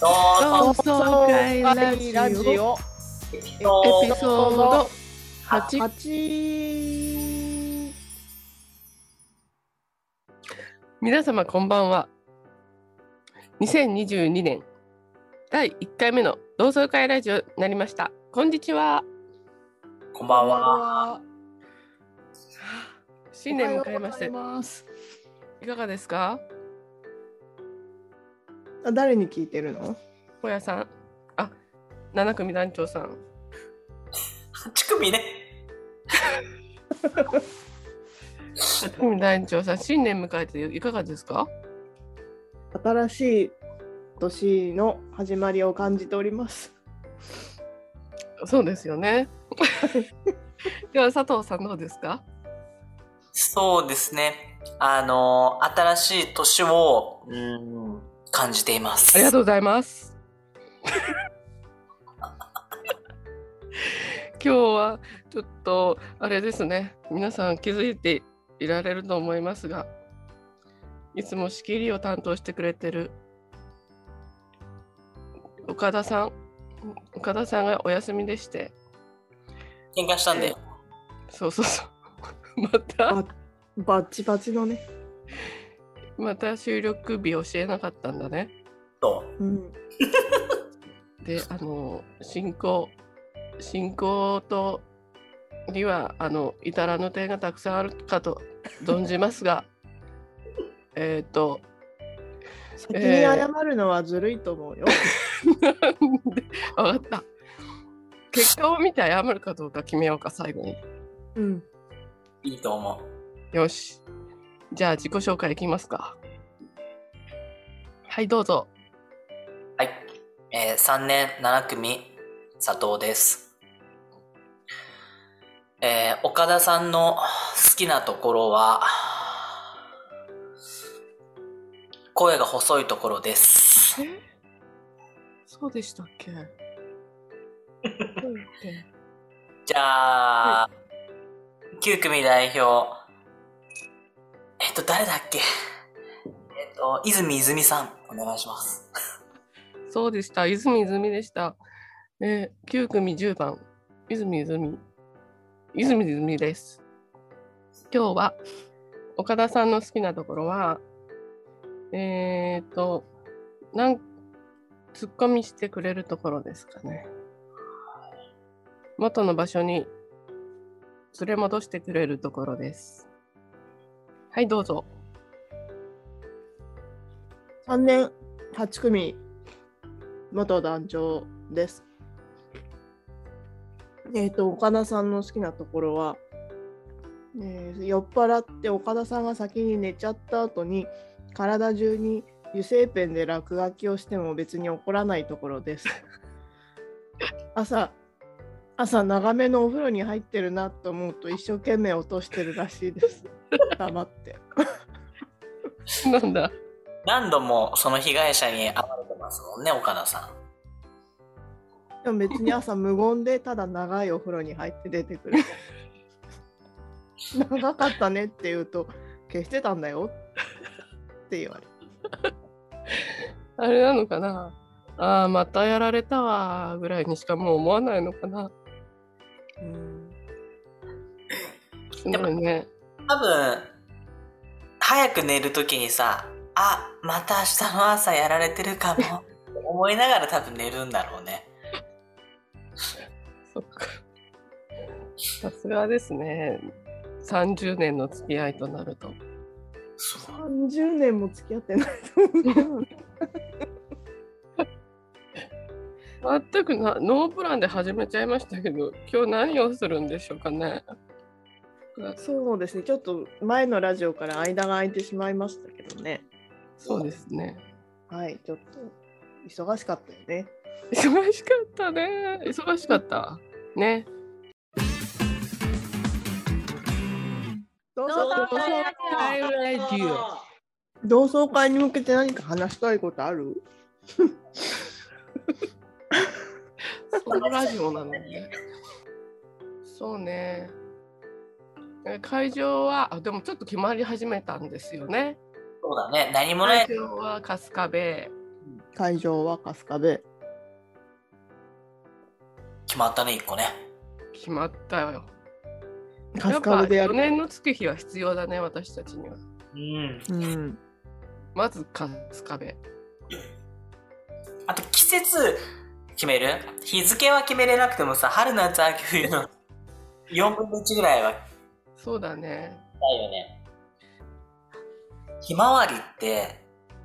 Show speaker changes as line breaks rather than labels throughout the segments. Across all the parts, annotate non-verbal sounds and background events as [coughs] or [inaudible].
ど
同
うぞ
窓会ラジ
ラジ
オ
オ
エピ
エピ
ソー
ソード
八。
8
8
皆様こんばんは2022年第1回目の同窓会ラジオになりましたこんにちは
ドこんばんは。
新年迎えまして
おはようございます
いかがですか
あ誰に聞いてるの
小屋さんあ七組団長さん
乳首ね。
七組団長さん新年迎えていかがですか
新しい年の始まりを感じております。
そうですよねでは佐藤さんどうですか
そうですね。あのー、新しい年を、うん、感じています。
ありがとうございます。今日はちょっとあれですね皆さん気づいていられると思いますがいつも仕切りを担当してくれてる岡田さん岡田さんがお休みでして
喧嘩したんで。
そうそうそう [laughs] また
ババッチバチのね。
また収録日教えなかったんだね
と
うん。
であの信仰信仰とにはあの至らぬ点がたくさんあるか [laughs] と存じますがえっと [laughs]
先に謝るのはずるいと思うよ。
なんで分かった結果を見て謝るかどうか決めようか最後に
うん。
いいと思う。
よしじゃあ自己紹介いきますかはいどうぞ
はい。えー、3年7組、佐藤です。えー、岡田さんの好きなところは、声が細いところです。
えそうでしたっけそうだっけ
じゃあ、9組代表。えっと、誰だっけえっと、泉泉さん、お願いします。
そうでした。泉泉でした。えー、9組10番、泉泉。泉泉です。今日は、岡田さんの好きなところは、えー、と、なん、ツッコミしてくれるところですかね。元の場所に連れ戻してくれるところです。はい、どうぞ。
3年8組元団長です。えっ、と、岡田さんの好きなところは、えー酔っ払って岡田さんが先に寝ちゃった後に、体中に油性ペンで落書きをしても別に怒らないところです。 [laughs] 朝、朝長めのお風呂に入ってるなと思うと一生懸命落としてるらしいです。黙って。
なんだ。
何度もその被害者に会われてますもんね、岡田さん。
でも別に朝無言でただ長いお風呂に入って出てく [laughs] る。長かったねって言うと消してたんだよって言われる。
あれなのかなああ、またやられたわーぐらいにしかもう思わないのかな
うん
すごいね。
多分、早く寝るときにさ、あ、また明日の朝やられてるか [laughs] も。思いながら多分寝るんだろうね。
そっか。さすがですね。30年の付き合いとなると。
そう。
30年も付き合ってないと思うけどね。
全くなノープランで始めちゃいましたけど、今日何をするんでしょうかね。
そうですね、ちょっと前のラジオから間が空いてしまいましたけどね。
そうですね。
はい、ちょっと忙しかったよね。
忙しかったね。忙しかった。ね。
同
同
窓
窓
会
会ラジオ。
同窓会に向けて何か話したいことある
そのラジオなのね。そうね。え会場は、あでもちょっと決まり始めたんですよね。
そうだね。何もない
会。場は春日部、
会場は春日部
決まったね、一個ね。
決まったよ。や
春
っぱ
日部でや
4
る
年の月日は必要だね、私たちには。
うん。
うん
まず、カスカベ。
あと季節決める日付は決めれなくてもさ、春夏秋冬の4分の1ぐらいは
そうだね。
だよね。ひまわりって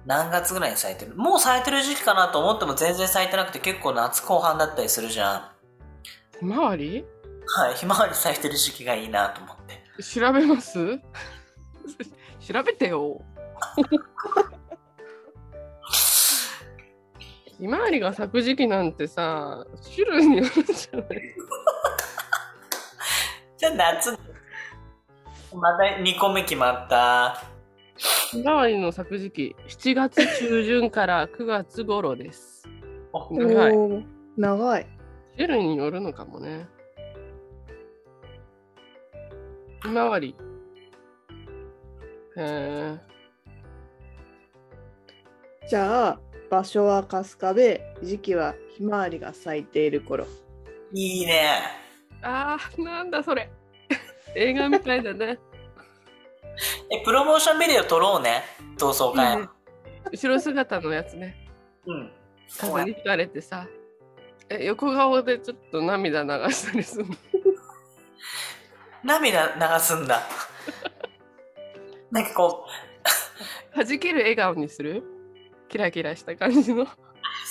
何月ぐらいに咲いてるもう咲いてる時期かなと思っても全然咲いてなくて結構夏後半だったりするじゃ
ひ
ん。
まわり
はい、ひまわり咲いてる時期がいいなと思って。
調べます [laughs] 調べてよ。 [laughs] ひまわりが咲く時期なんてさ、種類によるんじゃない
じゃあ夏また2個目決まった。
ひまわりの咲く時期、7月中旬から9月頃です。
お
長い。
おー長い
種類によるのかもね。ひまわり。へ
じゃあ場所は春日部時期はひまわりが咲いている頃
いいね。
ーあー、なんだそれ。 [laughs] 映画みたいだね。
え、プロモーションビデオ撮ろうね。同窓会の。
後ろ姿のやつね。
うん。
風に吹かれてさ。え、横顔でちょっと涙流したりするの。
涙流すんだ。なんかこう、
弾ける笑顔にするキラキラした感じの。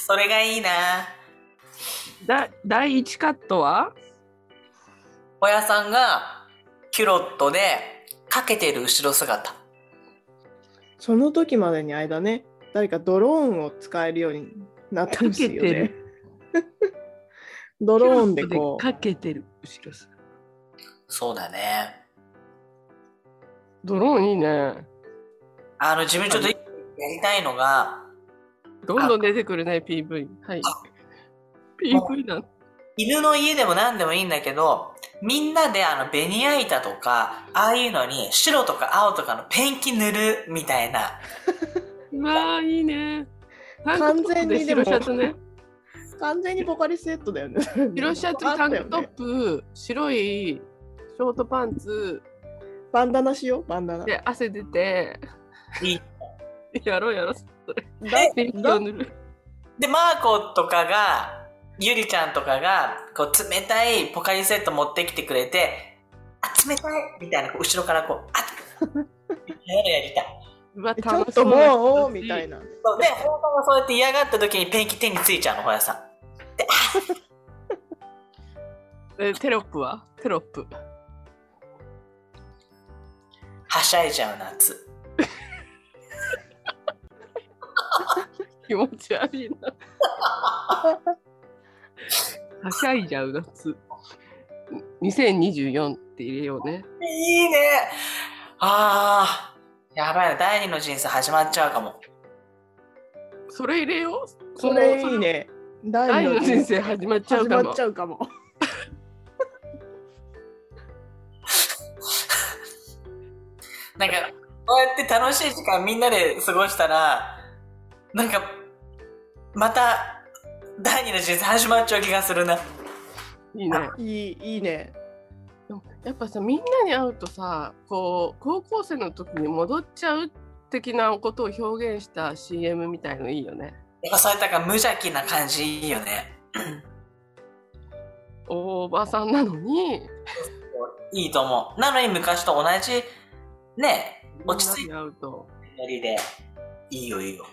それがいいな。
だ第1カットは
おやさんがキュロットでかけてる後ろ姿。
その時までに間ね誰かドローンを使えるようになってほしいよ
かけて
ね [laughs] ドローンで
キロ
こう
ットでかけてる後ろ姿。
そうだね。
ドローンいいね。
あの、自分ちょっとやりたいのが、
どんどん出てくるね、PV。はい。PV なん
犬の家でも何でもいいんだけど、みんなであの、ベニヤ板とか、ああいうのに白とか青とかのペンキ塗るみたいな。
まあ、いいね。
完全にでも
タンクトップで白シャツね。
完全にボカリスエットだよね。
白シャツ、
あ
タ
った
ンク
よ
トッ
ね。
プ、白いショートパンツ
[laughs] バンダナしよう、バンダナ。
で汗出て、
いい
やろうやろう。ペンキ
だ
を塗る。
で、マーコとかが、ゆりちゃんとかが、こう、冷たいポカリセット持ってきてくれて、あ、冷たいみたいな、こう後ろからこう、あやるやりたい。
うわ、
ちょっ
楽し
と
そうな
もう、みたい
な。
な。
そうで、ほうさんがそうやって嫌がった時にペンキ手についちゃうの、ほやさん。
えテロップはテロップ。
はしゃいじゃう夏。
気持ち悪いな。はしゃいじゃう夏。2024って入れようね。
いいねあー、やばいな、第二の人生始まっちゃうかも。
それ入れよう。
それいいね。
愛
第
の人生始まっちゃ
始
うか
ま
も
っち。ゃうかも。 [laughs]
なんか、こうやって楽しい時間みんなで過ごしたら、なんか、また、第二の人生始まっちゃう気がするな。
いいね。
いい、いいね。
でもやっぱさみんなに会うとさこう高校生の時に戻っちゃう的なことを表現した CM みたいのいいよね。
やっぱそういったか無邪気な感じいいよね。
おばさんなのに
いいと思う。なのに昔と同じ、ね、落ち着い
みんなに会うと
たノリで。いいよいいよ。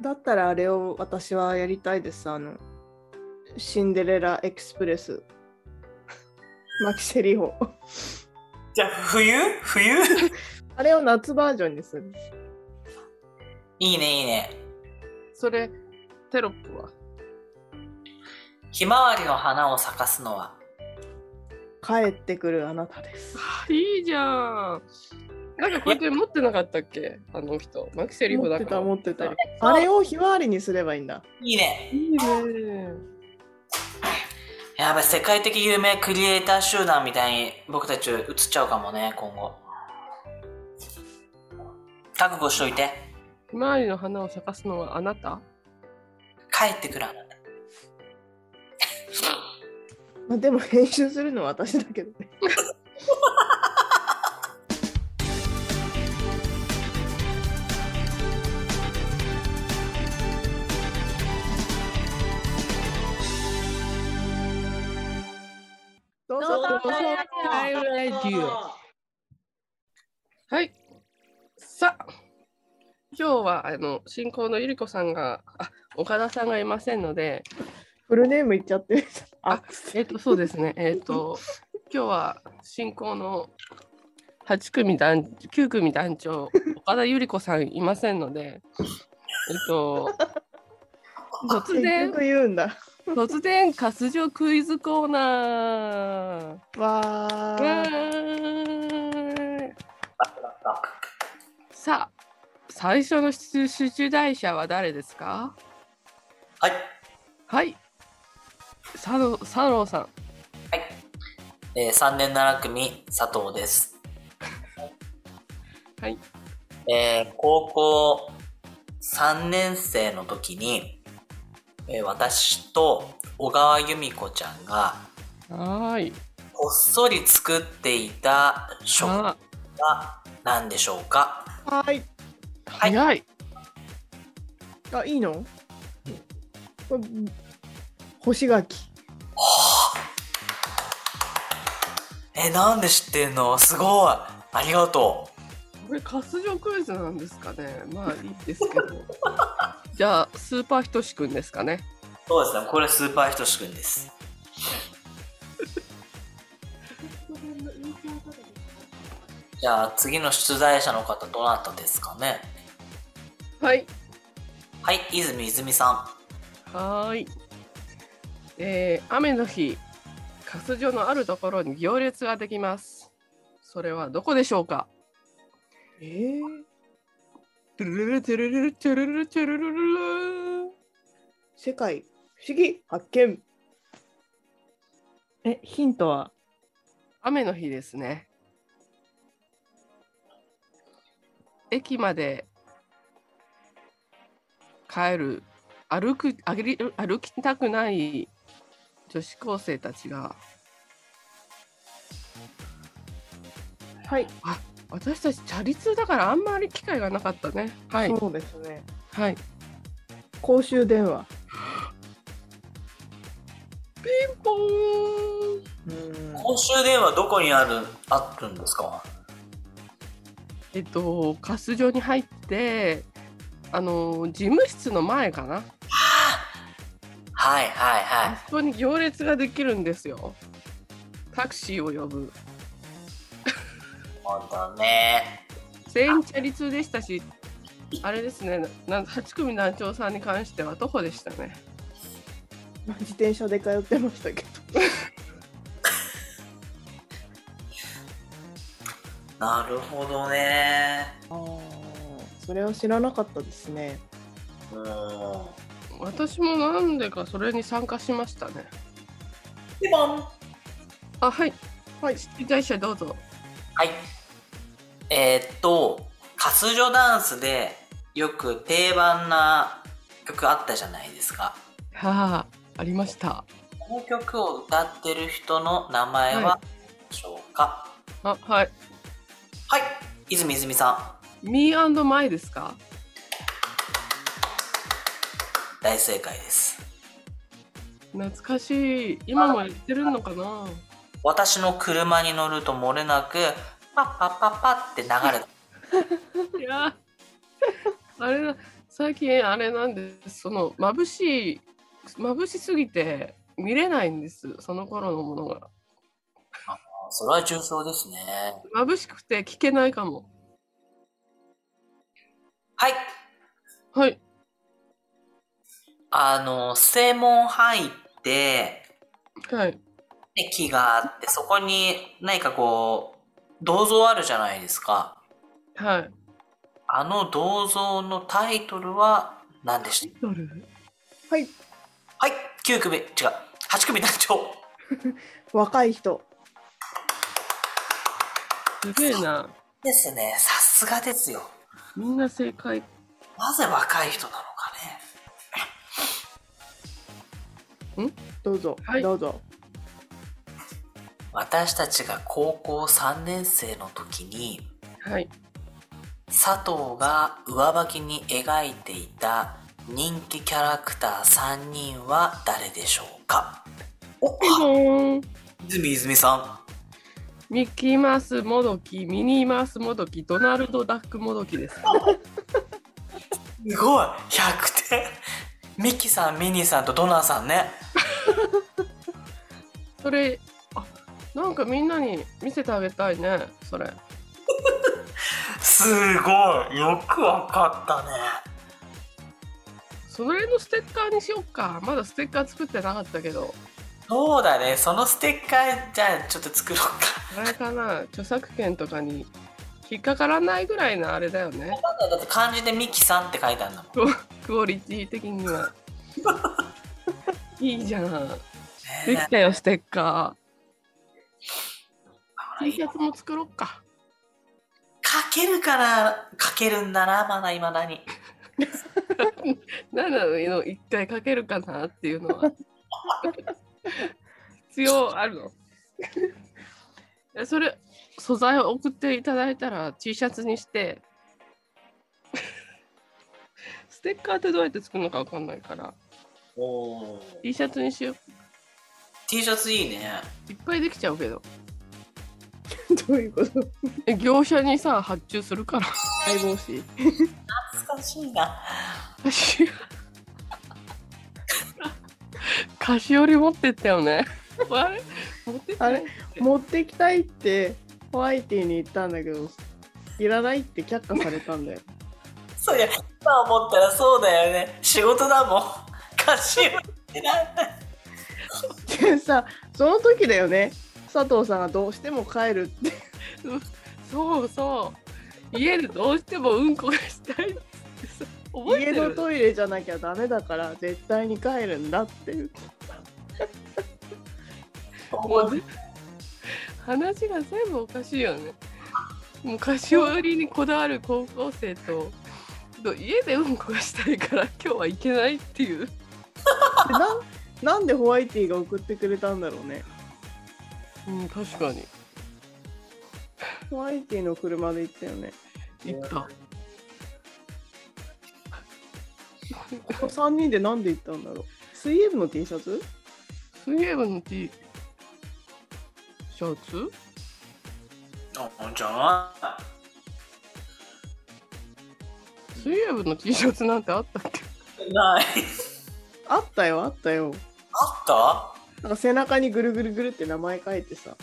だったらあれを私はやりたいです。あの、シンデレラエクスプレス。マキセリホ。
じゃあ、冬冬
あれを夏バージョンにする。
いいねいいね。
それテロップは
ひまわりの花を咲かすのは。
帰ってくるあなたです。
あいいじゃん。なんかこうやって持ってなかったっけあの人マキセリフ
持っ
だ
て
から
た、持ってた。あれをひまわりにすればいいんだ。
いいね。
いいね。
やばい、世界的有名クリエイター集団みたいに僕たち移っちゃうかもね、今後。覚悟しといて。
ひまわりの花を咲かすのはあなた
帰ってくるあなた
まあ、でも編集するのは私だけどね。どう
ぞ同窓会ラジオはい。さあ、今日はあの進行のゆりこさんが、あ岡田さんがいませんので、
フルネーム言っちゃって。
あ、えっ、と、そうですね、えっ、と、今日は進行の8組団、9組団長、岡田ゆり子さんいませんので、えっ、と、突
結
然
局、言うんだ。
突然、活字クイズコーナー。
わ
わ
ー。
ーい
た
さあ、最初の出出題者は誰ですか
はい
はい。佐野佐野さん。
えー、3年7組佐藤 [laughs] です
はい
えー高校3年生の時に、えー私と小川由美子ちゃんが
はーい。
こっそり作っていた食
あ
は何でしょうか
はい。
はい
早い。
あ、いいのこれ干し柿。
えなんで知ってんのすごいありがと
これ活字クイズなんですかね。まあいいですけど。 [laughs] じゃあスーパーひとしくんですかね。
うそうですねこれスーパーひとしくんですじゃあ次の出題者の方どなたですかね
はい。
はい泉泉さ
はーい。えー、雨の日、活字のあるところに行列ができます。それはどこでしょうか。
えー、
トゥルルルトゥルルルトゥルルルトゥルルルルー
世界不思議発見。え、ヒントは
雨の日ですね。駅まで帰る歩くあげり歩きたくない女子高生たちが
はい、
私たちチャリ通だからあんまり機会がなかったね。はい
そうですね。
はい。
公衆電話。
ポーン
うん
ん公衆電話どこにあるあるんですか
えっとカス場に入ってあの事務室の前かな。
はいはいは
あそこに行列ができるんですよ。タクシーを呼ぶ。
いほんとね
全員チャリ通でしたし、あれですね、なん8組団長さんに関しては徒歩でしたね。
まあ自転車で通ってましたけど。
なるほどね
それは知らなかったですね。
うんは
私もなんでかそれに参加しましたね。あ、はい。はい、出題者どうぞ。
いえー、っと活女ダンスでよく定番な曲あったじゃないですか
はあ、ありました。
この曲を歌ってる人の名前は
は
でしょうか
あ、はい。
はい、泉泉さ
Me and My ですか
ん大正解です
懐かしい。今もやってるのかな
私の車に乗ると漏れなくパッパッパッパッって流れ
いや、あれだ、最近あれなんです。その、眩しい、眩しすぎて見れないんです。その頃のものが。
たそれは重症ですね
眩しくて聞けないかも。
はい
はい。
あの正門入って
はい。
駅があってそこに何かこう銅像あるじゃないですか
はい。
あの銅像のタイトルは何でした
どれ
はい、
はい9組違う8組団長
若い人。
すげえな。
ですねさすがですよ
みんな正解。
なぜ若い人なのかね。
どうぞ、
はい
どうぞ。 [laughs]
私たちが高校3年生の時に、
はい。
佐藤が上履きに描いていた人気キャラクター3人は誰でしょうかお
ピンポーン
泉泉さ
ミッキーマウスもどき、ミニーマウスもどき、ドナルドダックもどきです。
んすごい100点ミキさんミニーさんとドナーさんね
それ、あ、なんかみんなに見せてあげたいね、それ。
すごいよくわかったね
それのステッカーにしよっか。まだステッカー作ってなかったけど、
そうだねそのステッカーじゃあちょっと作ろうか
あれかな、著作権とかに引っかからないぐらいのあれだよね。
だってだって漢字でミキさんって書いてあるんだもん
クオリティ的に [laughs] は。いいじゃん。で
ね
きたよ、ステッカー。
ほら
T シャツも作ろっか。
書けるから書けるんだなまだいまだに
何なの一回かけるかなっていうの [laughs] は必要あるの [laughs] いやそれ素材を送っていただいたら T シャツに [laughs] してステッカーってどうやって作るのかわかんないから
おー
T シャツにしよ
T シャツいいね
ういっぱいできちゃうけど
どういうこと
え業者にさ発注するから [laughs]
相棒し。
懐かしいな
菓子折り持ってったよねあれ持ってった
あれ持ってきたいってホワイティに言ったんだけど、いらないって却下されたんだよ。
そうや、今思ったらそうだよね。仕事だもん。歌手ってなんだ。
でさ、その時だよね。佐藤さんがどうしても帰るって。
そうそう家でどうしてもうんこがしたいってさ覚えて
家
る
のトイレじゃなきゃダメだから絶対に帰るんだっていう。
もうぜ話が全部おかしいよねもう菓子折りにこだわる高校生とど家でうんこがしたいから今日はいけないっていう
で
[laughs]
なんなんでホワイティが送ってくれたんだろうね。
うん確かに
ホワイティの車で行ったよね。
言った
3人でなんで行ったんだろう。水泳部の T シャツ
水泳部の T シャツ
あじゃあ、
水泳部の T シャツなんてあったっけ
ない。
あったよ、あったよ。
あったあ
なんか背中にぐるぐるぐるって名前書いてさ。
あ、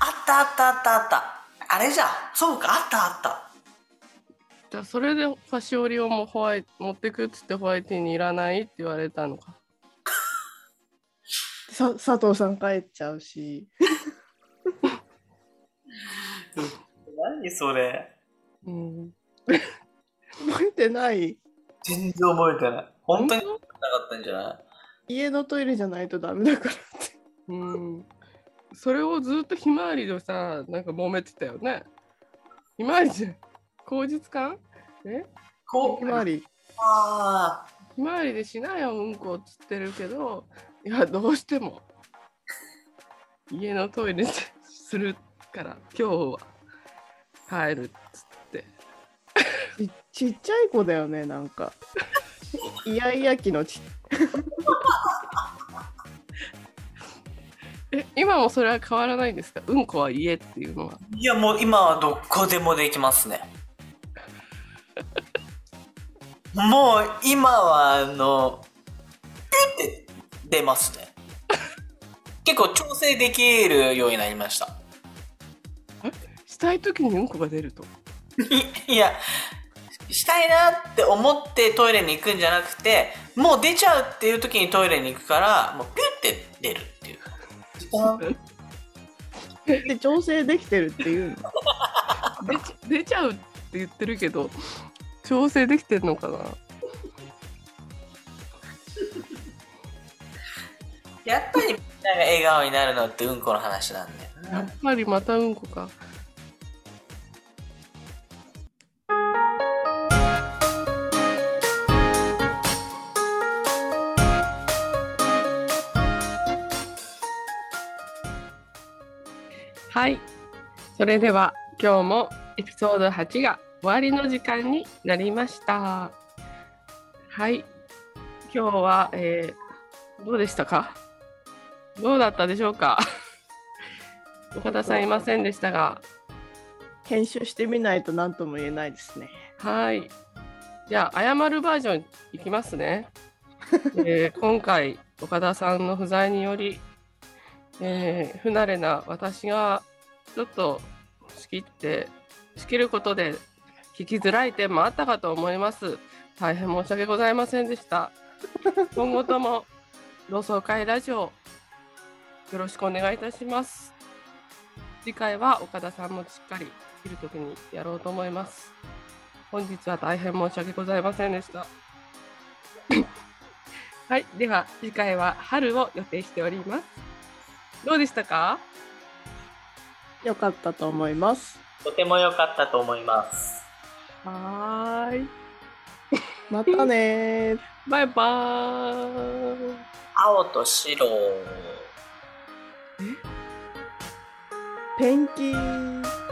あったあったあったあった。あれじゃん。そうか、あったあった。
じゃあそれで菓子折りをもうホワイ持ってくっつってホワイトにいらないって言われたのか
さ佐藤さん帰っちゃうし。
何それ。
うん
覚えてない。
全然覚えてない。本当になか
本
ったんじゃない
家のトイレじゃないとダメだからって。
当うんそれをずっとひまわりとさなんか揉めてたよねひまわりじゃん口実感え
こ
ひまわり。
ああ。
ひまわりでしなようんこっつってるけどいやどうしても家のトイレでするから今日は帰るっつって
ちちっちゃい子だよね、なん
[laughs]
か。イヤイヤ期のち
え今もそれは変わらないんですかうんこは家っていうのはい
や、もう今はどこでもできますね。もう今は、あの、ピュって出ますね。結構調整できるようになりました。 [laughs]
したい時にうんこが出ると
いや、したいなって思ってトイレに行くんじゃなくて、もう出ちゃうっていう時にトイレに行くから、もうピュって出るっていう。
で調整できてるっていうの。
出ち出ちゃうって言ってるけど調整できてんのかな
やっぱりみんなが笑顔になるのってうんこの話なんで。
やっぱりまたうんこかはい。それでは今日もエピソード8が終わりの時間になりました。はい。今日は、えーどうでしたかどうだったでしょうか岡田さんいませんでしたが。
編集してみないと何とも言えないですね。
はい。じゃあ、謝るバージョンいきますね。えー今回、岡田さんの不在により、えー不慣れな私がちょっと仕切って、仕切ることで聞きづらい点もあったかと思います。大変申し訳ございませんでした。今後とも、同窓会ラジオ、よろしくお願いいたします。次回は岡田さんもしっかり切るときにやろうと思います。本日は大変申し訳ございませんでした。 [coughs] はい、では次回は春を予定しております。どうでしたか？
よかったと思います。
とても良かったと思います。
はーい、
またねー。
バイバーイ。
青と白。
ペンキー。